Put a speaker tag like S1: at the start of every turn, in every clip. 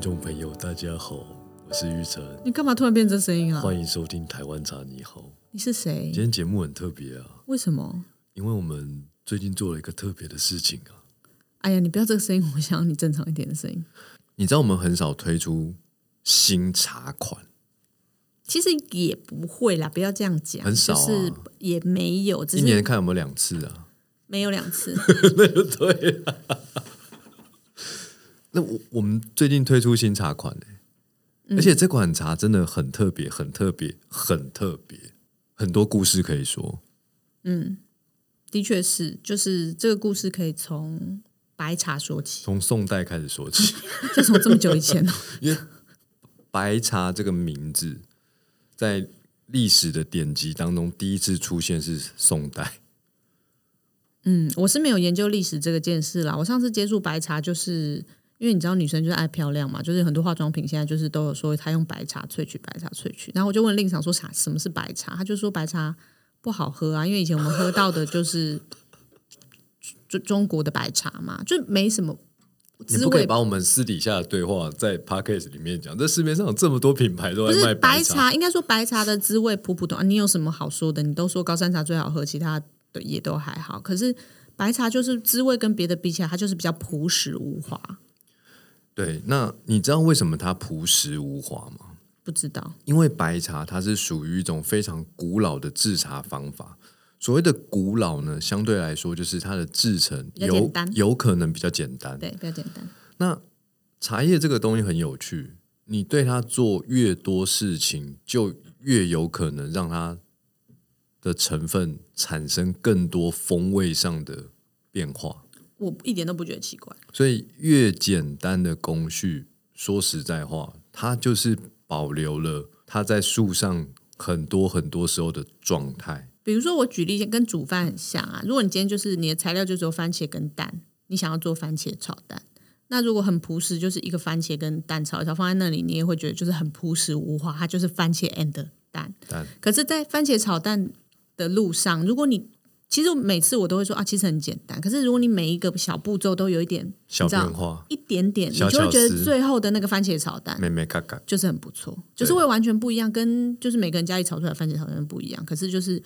S1: 众朋友，大家好，我是玉成，
S2: 你干嘛突然变这声音啊？
S1: 欢迎收听《台湾茶你好》。
S2: 你是谁
S1: 今？天节目很特别啊，
S2: 为什么？
S1: 因为我们最近做了一个特别的事情啊。
S2: 哎呀，你不要这个声音，我想要你正常一点的声音。
S1: 你知道我们很少推出新茶款，
S2: 其实也不会啦，不要这样讲，
S1: 很少啊
S2: 就是也没有，只
S1: 一年
S2: 是
S1: 看有没有两次啊？
S2: 没有两次。
S1: 对啊。 那我我们最近推出新茶款呢、
S2: 嗯
S1: 而且这款茶真的很特别，很特别，很特别，很多故事可以说。
S2: 的确是，就是这个故事可以从白茶说起，
S1: 从宋代开始说起，
S2: 就从这么久以前哦。
S1: 白茶这个名字在历史的典籍当中第一次出现是宋代，
S2: 嗯，我是没有研究历史这个件事啦。我上次接触白茶，就是因为你知道女生就是爱漂亮嘛，就是很多化妆品现在就是都有说她用白茶萃取，白茶萃取。然后我就问令长说啥什么是白茶，他就说白茶不好喝啊，因为以前我们喝到的就是中中国的白茶嘛，就没什么
S1: 你
S2: 滋
S1: 不可以
S2: 味。
S1: 把我们私底下的对话在 p a c k a g e 里面讲。这市面上有这么多品牌都
S2: 不
S1: 在
S2: 是
S1: 卖
S2: 白
S1: 茶，
S2: 茶，应该说白茶的滋味普普通、啊。你有什么好说的？你都说高山茶最好喝，其他的也都还好。可是白茶就是滋味跟别的比起来，它就是比较朴实无华。
S1: 对，那你知道为什么它朴实无华吗？
S2: 不知道，
S1: 因为白茶它是属于一种非常古老的制茶方法。所谓的古老呢，相对来说就是它的制成
S2: 比较
S1: 有
S2: 简单
S1: 有可能比较简单。
S2: 对，比较简单。
S1: 那茶叶这个东西很有趣，你对它做越多事情，就越有可能让它的成分产生更多风味上的变化。
S2: 我一点都不觉得奇怪。
S1: 所以，越简单的工序，说实在话，它就是保留了它在树上很多很多时候的状态。
S2: 比如说，我举例跟煮饭很像啊。如果你今天就是你的材料就只有番茄跟蛋，你想要做番茄炒蛋，那如果很朴实，就是一个番茄跟蛋炒一炒放在那里，你也会觉得就是很朴实无华，它就是番茄 and 蛋。
S1: 蛋
S2: 可是，在番茄炒蛋的路上，如果你其实每次我都会说啊，其实很简单。可是如果你每一个小步骤都有一点
S1: 小
S2: 你知道
S1: 变化
S2: 一点点，你
S1: 小
S2: 就会
S1: 巧
S2: 觉
S1: 思
S2: 得最后的那个番茄炒蛋
S1: 妹妹嘎嘎，
S2: 就是很不错，就是会完全不一样，跟就是每个人家里炒出来的番茄炒蛋不一样。可是就是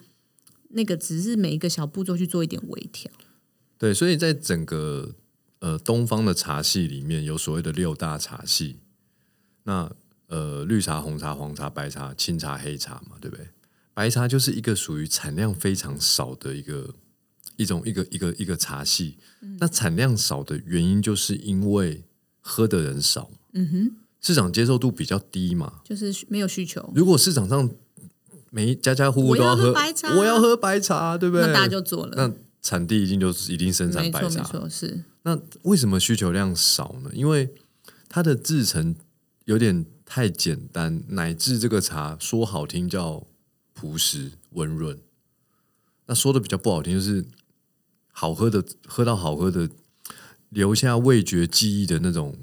S2: 那个只是每一个小步骤去做一点微调，
S1: 对，所以在整个呃东方的茶系里面，有所谓的六大茶系，那呃绿茶、红茶、黄茶、白茶、青茶、黑茶嘛，对不对？白茶就是一个属于产量非常少的一个一种一个一个一个茶系。
S2: 嗯
S1: 那产量少的原因，就是因为喝的人少，嗯哼，市场接受度比较低嘛，
S2: 就是没有需求，
S1: 如果市场上每家家户户都喝
S2: 我要喝白茶
S1: 我要喝白茶，对不对？
S2: 那大家就做了。
S1: 那产地一定就是一定生产
S2: 没错
S1: 白
S2: 没
S1: 茶。
S2: 错，是
S1: 那为什么需求量少呢？因为它的制成有点太简单，乃至这个茶说好听叫朴实温润，那说的比较不好听就是好喝的，喝到好喝的，留下味觉记忆的那种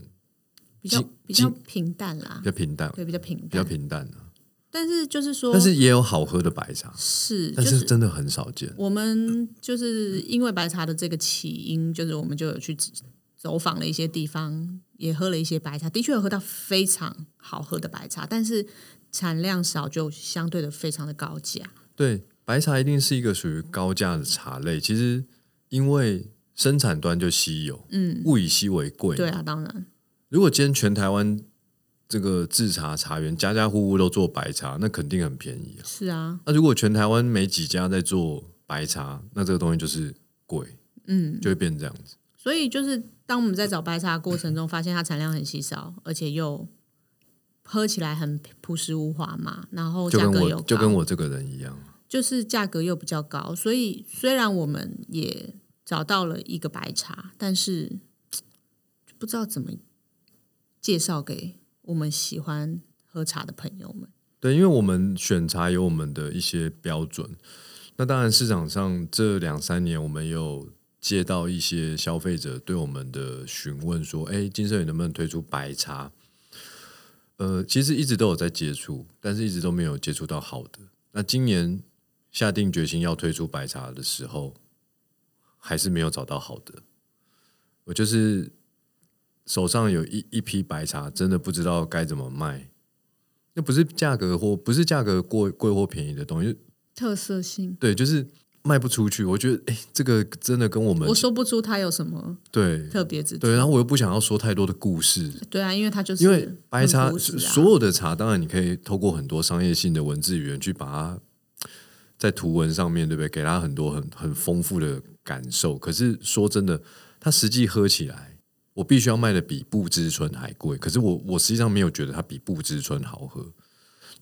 S2: 比较
S1: 经
S2: 比较平淡啦
S1: 比，较平淡，
S2: 对，比较平
S1: 比较
S2: 淡。
S1: 平淡、啊、
S2: 但是就是说，
S1: 但是也有好喝的白茶，
S2: 是就
S1: 但是
S2: 是。
S1: 真的很少见。
S2: 我们就是因为白茶的这个起因，就是我们就有去走访了一些地方，也喝了一些白茶，的确有喝到非常好喝的白茶，但是产量少，就相对的非常的高价。
S1: 对，白茶一定是一个属于高价的茶类。其实因为生产端就稀有，嗯，物以稀为贵。
S2: 对，啊，当然，
S1: 如果今天全台湾这个制茶茶园家家户户都做白茶，那肯定很便宜啊。
S2: 是啊，
S1: 那如果全台湾没几家在做白茶，那这个东西就是贵，嗯，就会变这样子。
S2: 所以就是当我们在找白茶的过程中，发现它产量很稀少，而且又喝起来很朴实无华嘛，然后
S1: 就
S2: 价
S1: 跟
S2: 格又
S1: 我
S2: 高，
S1: 就跟我这个人一样，
S2: 就是价格又比较高，所以虽然我们也找到了一个白茶，但是嘖不知道怎么介绍给我们喜欢喝茶的朋友们。
S1: 对，因为我们选茶有我们的一些标准。那当然，市场上这两三年我们也有接到一些消费者对我们的询问，说：“哎，金盛宇能不能推出白茶？”呃，其实一直都有在接触，但是一直都没有接触到好的。那今年下定决心要推出白茶的时候，还是没有找到好的。我就是手上有一一批白茶，真的不知道该怎么卖。那不是价格或不是价格过贵或便宜的东西，就
S2: 特色性，
S1: 对，就是卖不出去。我觉得，哎、这个真的跟我们
S2: 我说不出它有什么
S1: 对
S2: 特别之处。
S1: 对，然后我又不想要说太多的故事，
S2: 对啊，因为它就是
S1: 因为白茶
S2: 很朴实啊
S1: 所有的茶，当然你可以透过很多商业性的文字语言去把它在图文上面，对不对？给它很多很很丰富的感受。可是说真的，它实际喝起来，我必须要卖的比不知春还贵。可是
S2: 嗯
S1: 我我实际上没有觉得它比不知春好喝。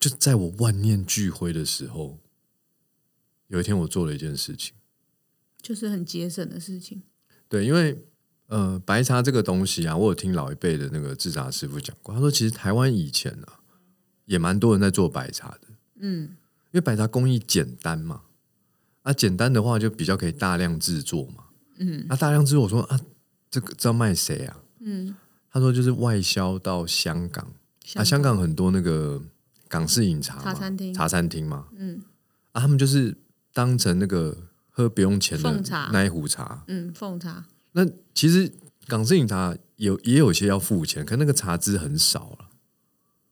S1: 就在我万念俱灰的时候，有一天我做了一件事情。
S2: 就是很节省的事情。
S1: 对，因为呃，白茶这个东西啊，我有听老一辈的那个制茶师傅讲过，他说其实台湾以前啊，也蛮多人在做白茶的，
S2: 嗯，
S1: 因为白茶工艺简单嘛，啊，简单的话就比较可以大量制作嘛，嗯，那、大量制作，我说啊，这个这要卖谁啊？嗯，他说就是外销到香港，啊，香港很多那个港式饮茶嘛
S2: 茶餐厅
S1: 茶餐厅嘛，
S2: 嗯，
S1: 啊，他们就是当成那个喝不用钱的
S2: 奉茶
S1: 那一壶茶，
S2: 嗯，奉茶
S1: 那其实港式饮茶有也有些要付钱，可那个茶资很少啊了。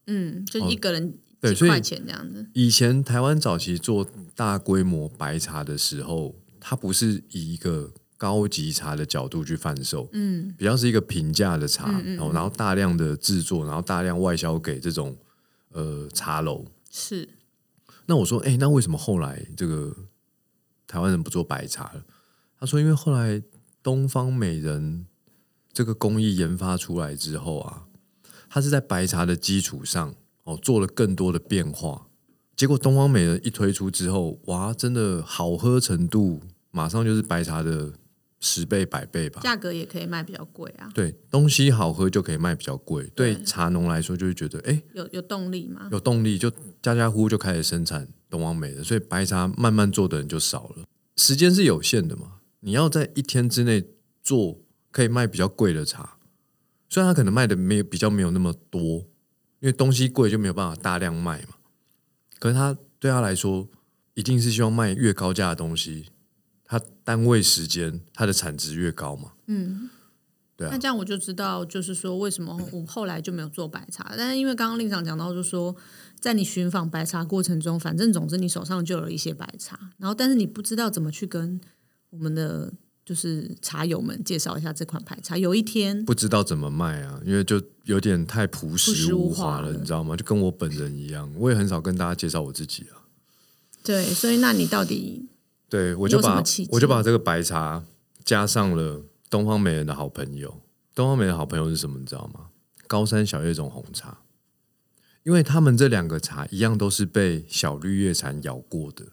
S2: 嗯，就一个人
S1: 哦对
S2: 几
S1: 所以
S2: 块钱这样子。
S1: 以前台湾早期做大规模白茶的时候，它不是以一个高级茶的角度去贩售，
S2: 嗯，
S1: 比较是一个平价的茶，然后然后大量的制作，然后大量外销给这种呃茶楼。
S2: 是
S1: 那我说，哎、那为什么后来这个台湾人不做白茶了？他说，因为后来东方美人这个工艺研发出来之后啊，它是在白茶的基础上哦做了更多的变化。结果东方美人一推出之后，哇，真的好喝程度马上就是白茶的十倍、百倍吧。
S2: 价格也可以卖比较贵啊，
S1: 对，东西好喝就可以卖比较贵，对
S2: 对
S1: 茶农来说就会觉得，哎、
S2: 有有动力吗？
S1: 有动力，就家家户户就开始生产东方美人，所以白茶慢慢做的人就少了。时间是有限的嘛，你要在一天之内做可以卖比较贵的茶，虽然它可能卖的没有比较没有那么多，因为东西贵就没有办法大量卖嘛。可是他对他来说，一定是希望卖越高价的东西，它单位时间它的产值越高嘛。
S2: 嗯，
S1: 对啊
S2: 那这样我就知道，就是说为什么我后来就没有做白茶。但是因为刚刚令长讲到，就是说在你寻访白茶过程中，反正总之你手上就有一些白茶，然后但是你不知道怎么去跟我们的就是茶友们介绍一下这款白茶。有一天，
S1: 不知道怎么卖啊，因为就有点太朴
S2: 朴
S1: 实
S2: 实
S1: 无
S2: 无华
S1: 华了，
S2: 了
S1: 你知道吗？就跟我本人一样，我也很少跟大家介绍我自己啊。
S2: 对，所以那你到底
S1: 对，我就
S2: 有什
S1: 把
S2: 么契机
S1: 我就把这个白茶加上了东方美人的好朋友。东方美人的好朋友是什么？你知道吗？高山小叶种红茶，因为他们这两个茶一样都是被小绿叶蝉咬过的，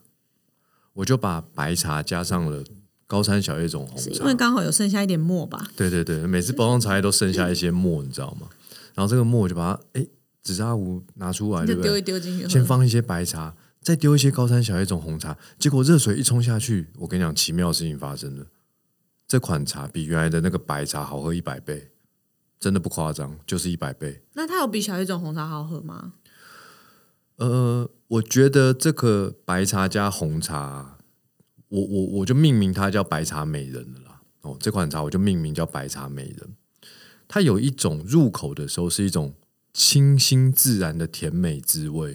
S1: 我就把白茶加上了高山小叶种红
S2: 是
S1: 茶
S2: 因。为刚好有剩下一点沫吧？
S1: 对对对，每次包装茶叶都剩下一些沫，你知道吗？然后这个沫我就把它哎紫砂壶拿出来，
S2: 你
S1: 啊对
S2: 就
S1: 不
S2: 丢
S1: 对？
S2: 一丢进去
S1: 先
S2: 喝。
S1: 放一些白茶，再丢一些高山小叶种红茶，结果热水一冲下去，我跟你讲，奇妙的事情发生了。这款茶比原来的那个白茶好喝一百倍，真的不夸张，就是一百倍。
S2: 那它有比小叶种红茶好喝吗？
S1: 呃，我觉得这个白茶加红茶，我我我就命名它叫白茶美人了啦。哦，这款茶我就命名叫白茶美人。它有一种入口的时候是一种清新自然的甜美滋味，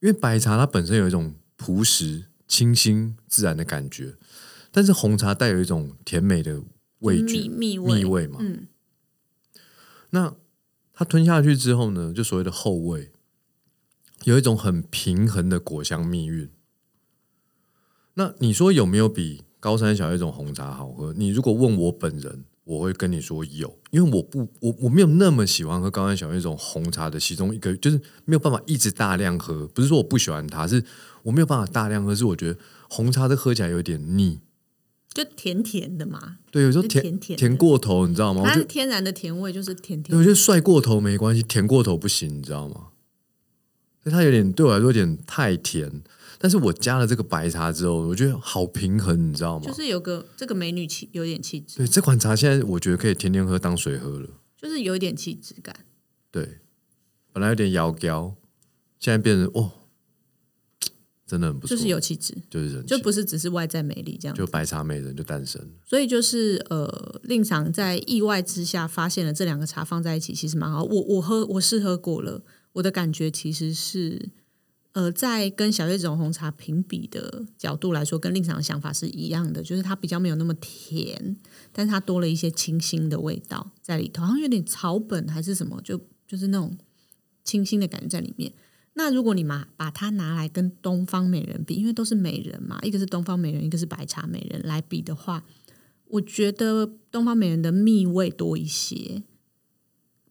S1: 因为白茶它本身有一种朴实、清新、自然的感觉，但是红茶带有一种甜美的味觉、
S2: 蜜蜜味
S1: 蜜味嘛。
S2: 嗯，
S1: 那它吞下去之后呢，就所谓的后味，有一种很平衡的果香蜜韵。那你说有没有比高山小叶种红茶好喝？你如果问我本人，我会跟你说有，因为我不我我没有那么喜欢喝高山小叶种红茶的其中一个，就是没有办法一直大量喝。不是说我不喜欢它，是我没有办法大量喝，是我觉得红茶这喝起来有点腻，
S2: 就甜甜的嘛，
S1: 对，有时候
S2: 就
S1: 甜
S2: 甜甜的
S1: 过头，你知道吗？我哦
S2: 它
S1: 就是
S2: 天然的甜味，就是甜
S1: 对，
S2: 甜
S1: 我
S2: 的。
S1: 觉得帅过头没关系，甜过头不行，你知道吗？所以它有点对我来说有点太甜，但是我加了这个白茶之后，我觉得好平衡，你知道吗？
S2: 就是有个这个美女气，有点气质，
S1: 对，这款茶现在我觉得可以天天喝当水喝了。
S2: 就是有一点气质感。
S1: 对，本来有点摇摇，现在变成哦，真的很不错，
S2: 就是有气质，
S1: 就是人气，
S2: 就不是只是外在美丽这样。
S1: 就白茶美人就诞生了。
S2: 所以就是呃，令常在意外之下发现了这两个茶放在一起，其实蛮好。我我喝我试喝过了，我的感觉其实是呃，在跟小叶种红茶评比的角度来说，跟令常的想法是一样的，就是它比较没有那么甜，但是它多了一些清新的味道在里头，好像有点草本还是什么，就就是那种清新的感觉在里面。那如果你嘛把它拿来跟东方美人比，因为都是美人嘛，一个是东方美人，一个是白茶美人来比的话，我觉得东方美人的蜜味多一些，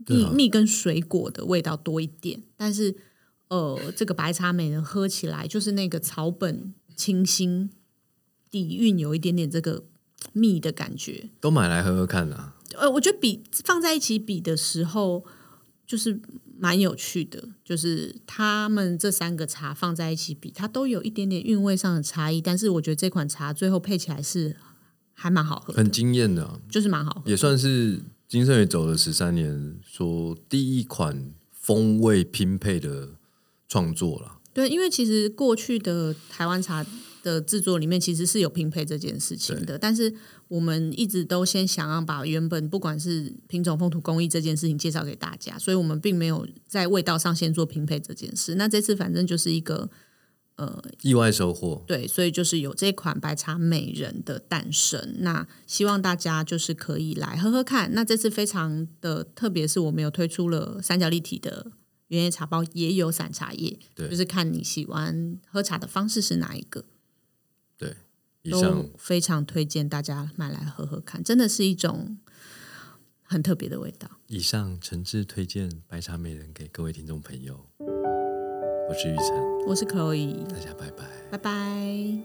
S1: 对
S2: 蜜
S1: 啊
S2: 蜜跟水果的味道多一点，但是呃，这个白茶美人喝起来就是那个草本清新，底蕴有一点点这个蜜的感觉。
S1: 都买来喝喝看啊，
S2: 呃，我觉得比放在一起比的时候，就是蛮有趣的，就是他们这三个茶放在一起比，它都有一点点韵味上的差异，但是我觉得这款茶最后配起来是还蛮好喝的，
S1: 很惊艳的啊、
S2: 就是蛮好喝。
S1: 也算是金圣宇走了十三年，说第一款风味拼配的创作啦。
S2: 对，因为其实过去的台湾茶的制作里面，其实是有拼配这件事情的，但是我们一直都先想要把原本不管是品种、风土工艺这件事情介绍给大家，所以我们并没有在味道上先做拼配这件事。那这次反正就是一个
S1: 意外收获，
S2: 对，所以就是有这款白茶美人的诞生。那希望大家就是可以来喝喝看。那这次非常的特别，是我们有推出了三角立体的原野茶包，也有散茶叶，
S1: 对
S2: 就是看你喜欢喝茶的方式是哪一个，
S1: 对，以上
S2: 都非常推荐大家买来喝喝看，真的是一种很特别的味道。
S1: 以上诚挚推荐白茶美人给各位听众朋友。我是玉成，
S2: 我是 Chloe，
S1: 大家拜拜。
S2: 拜拜。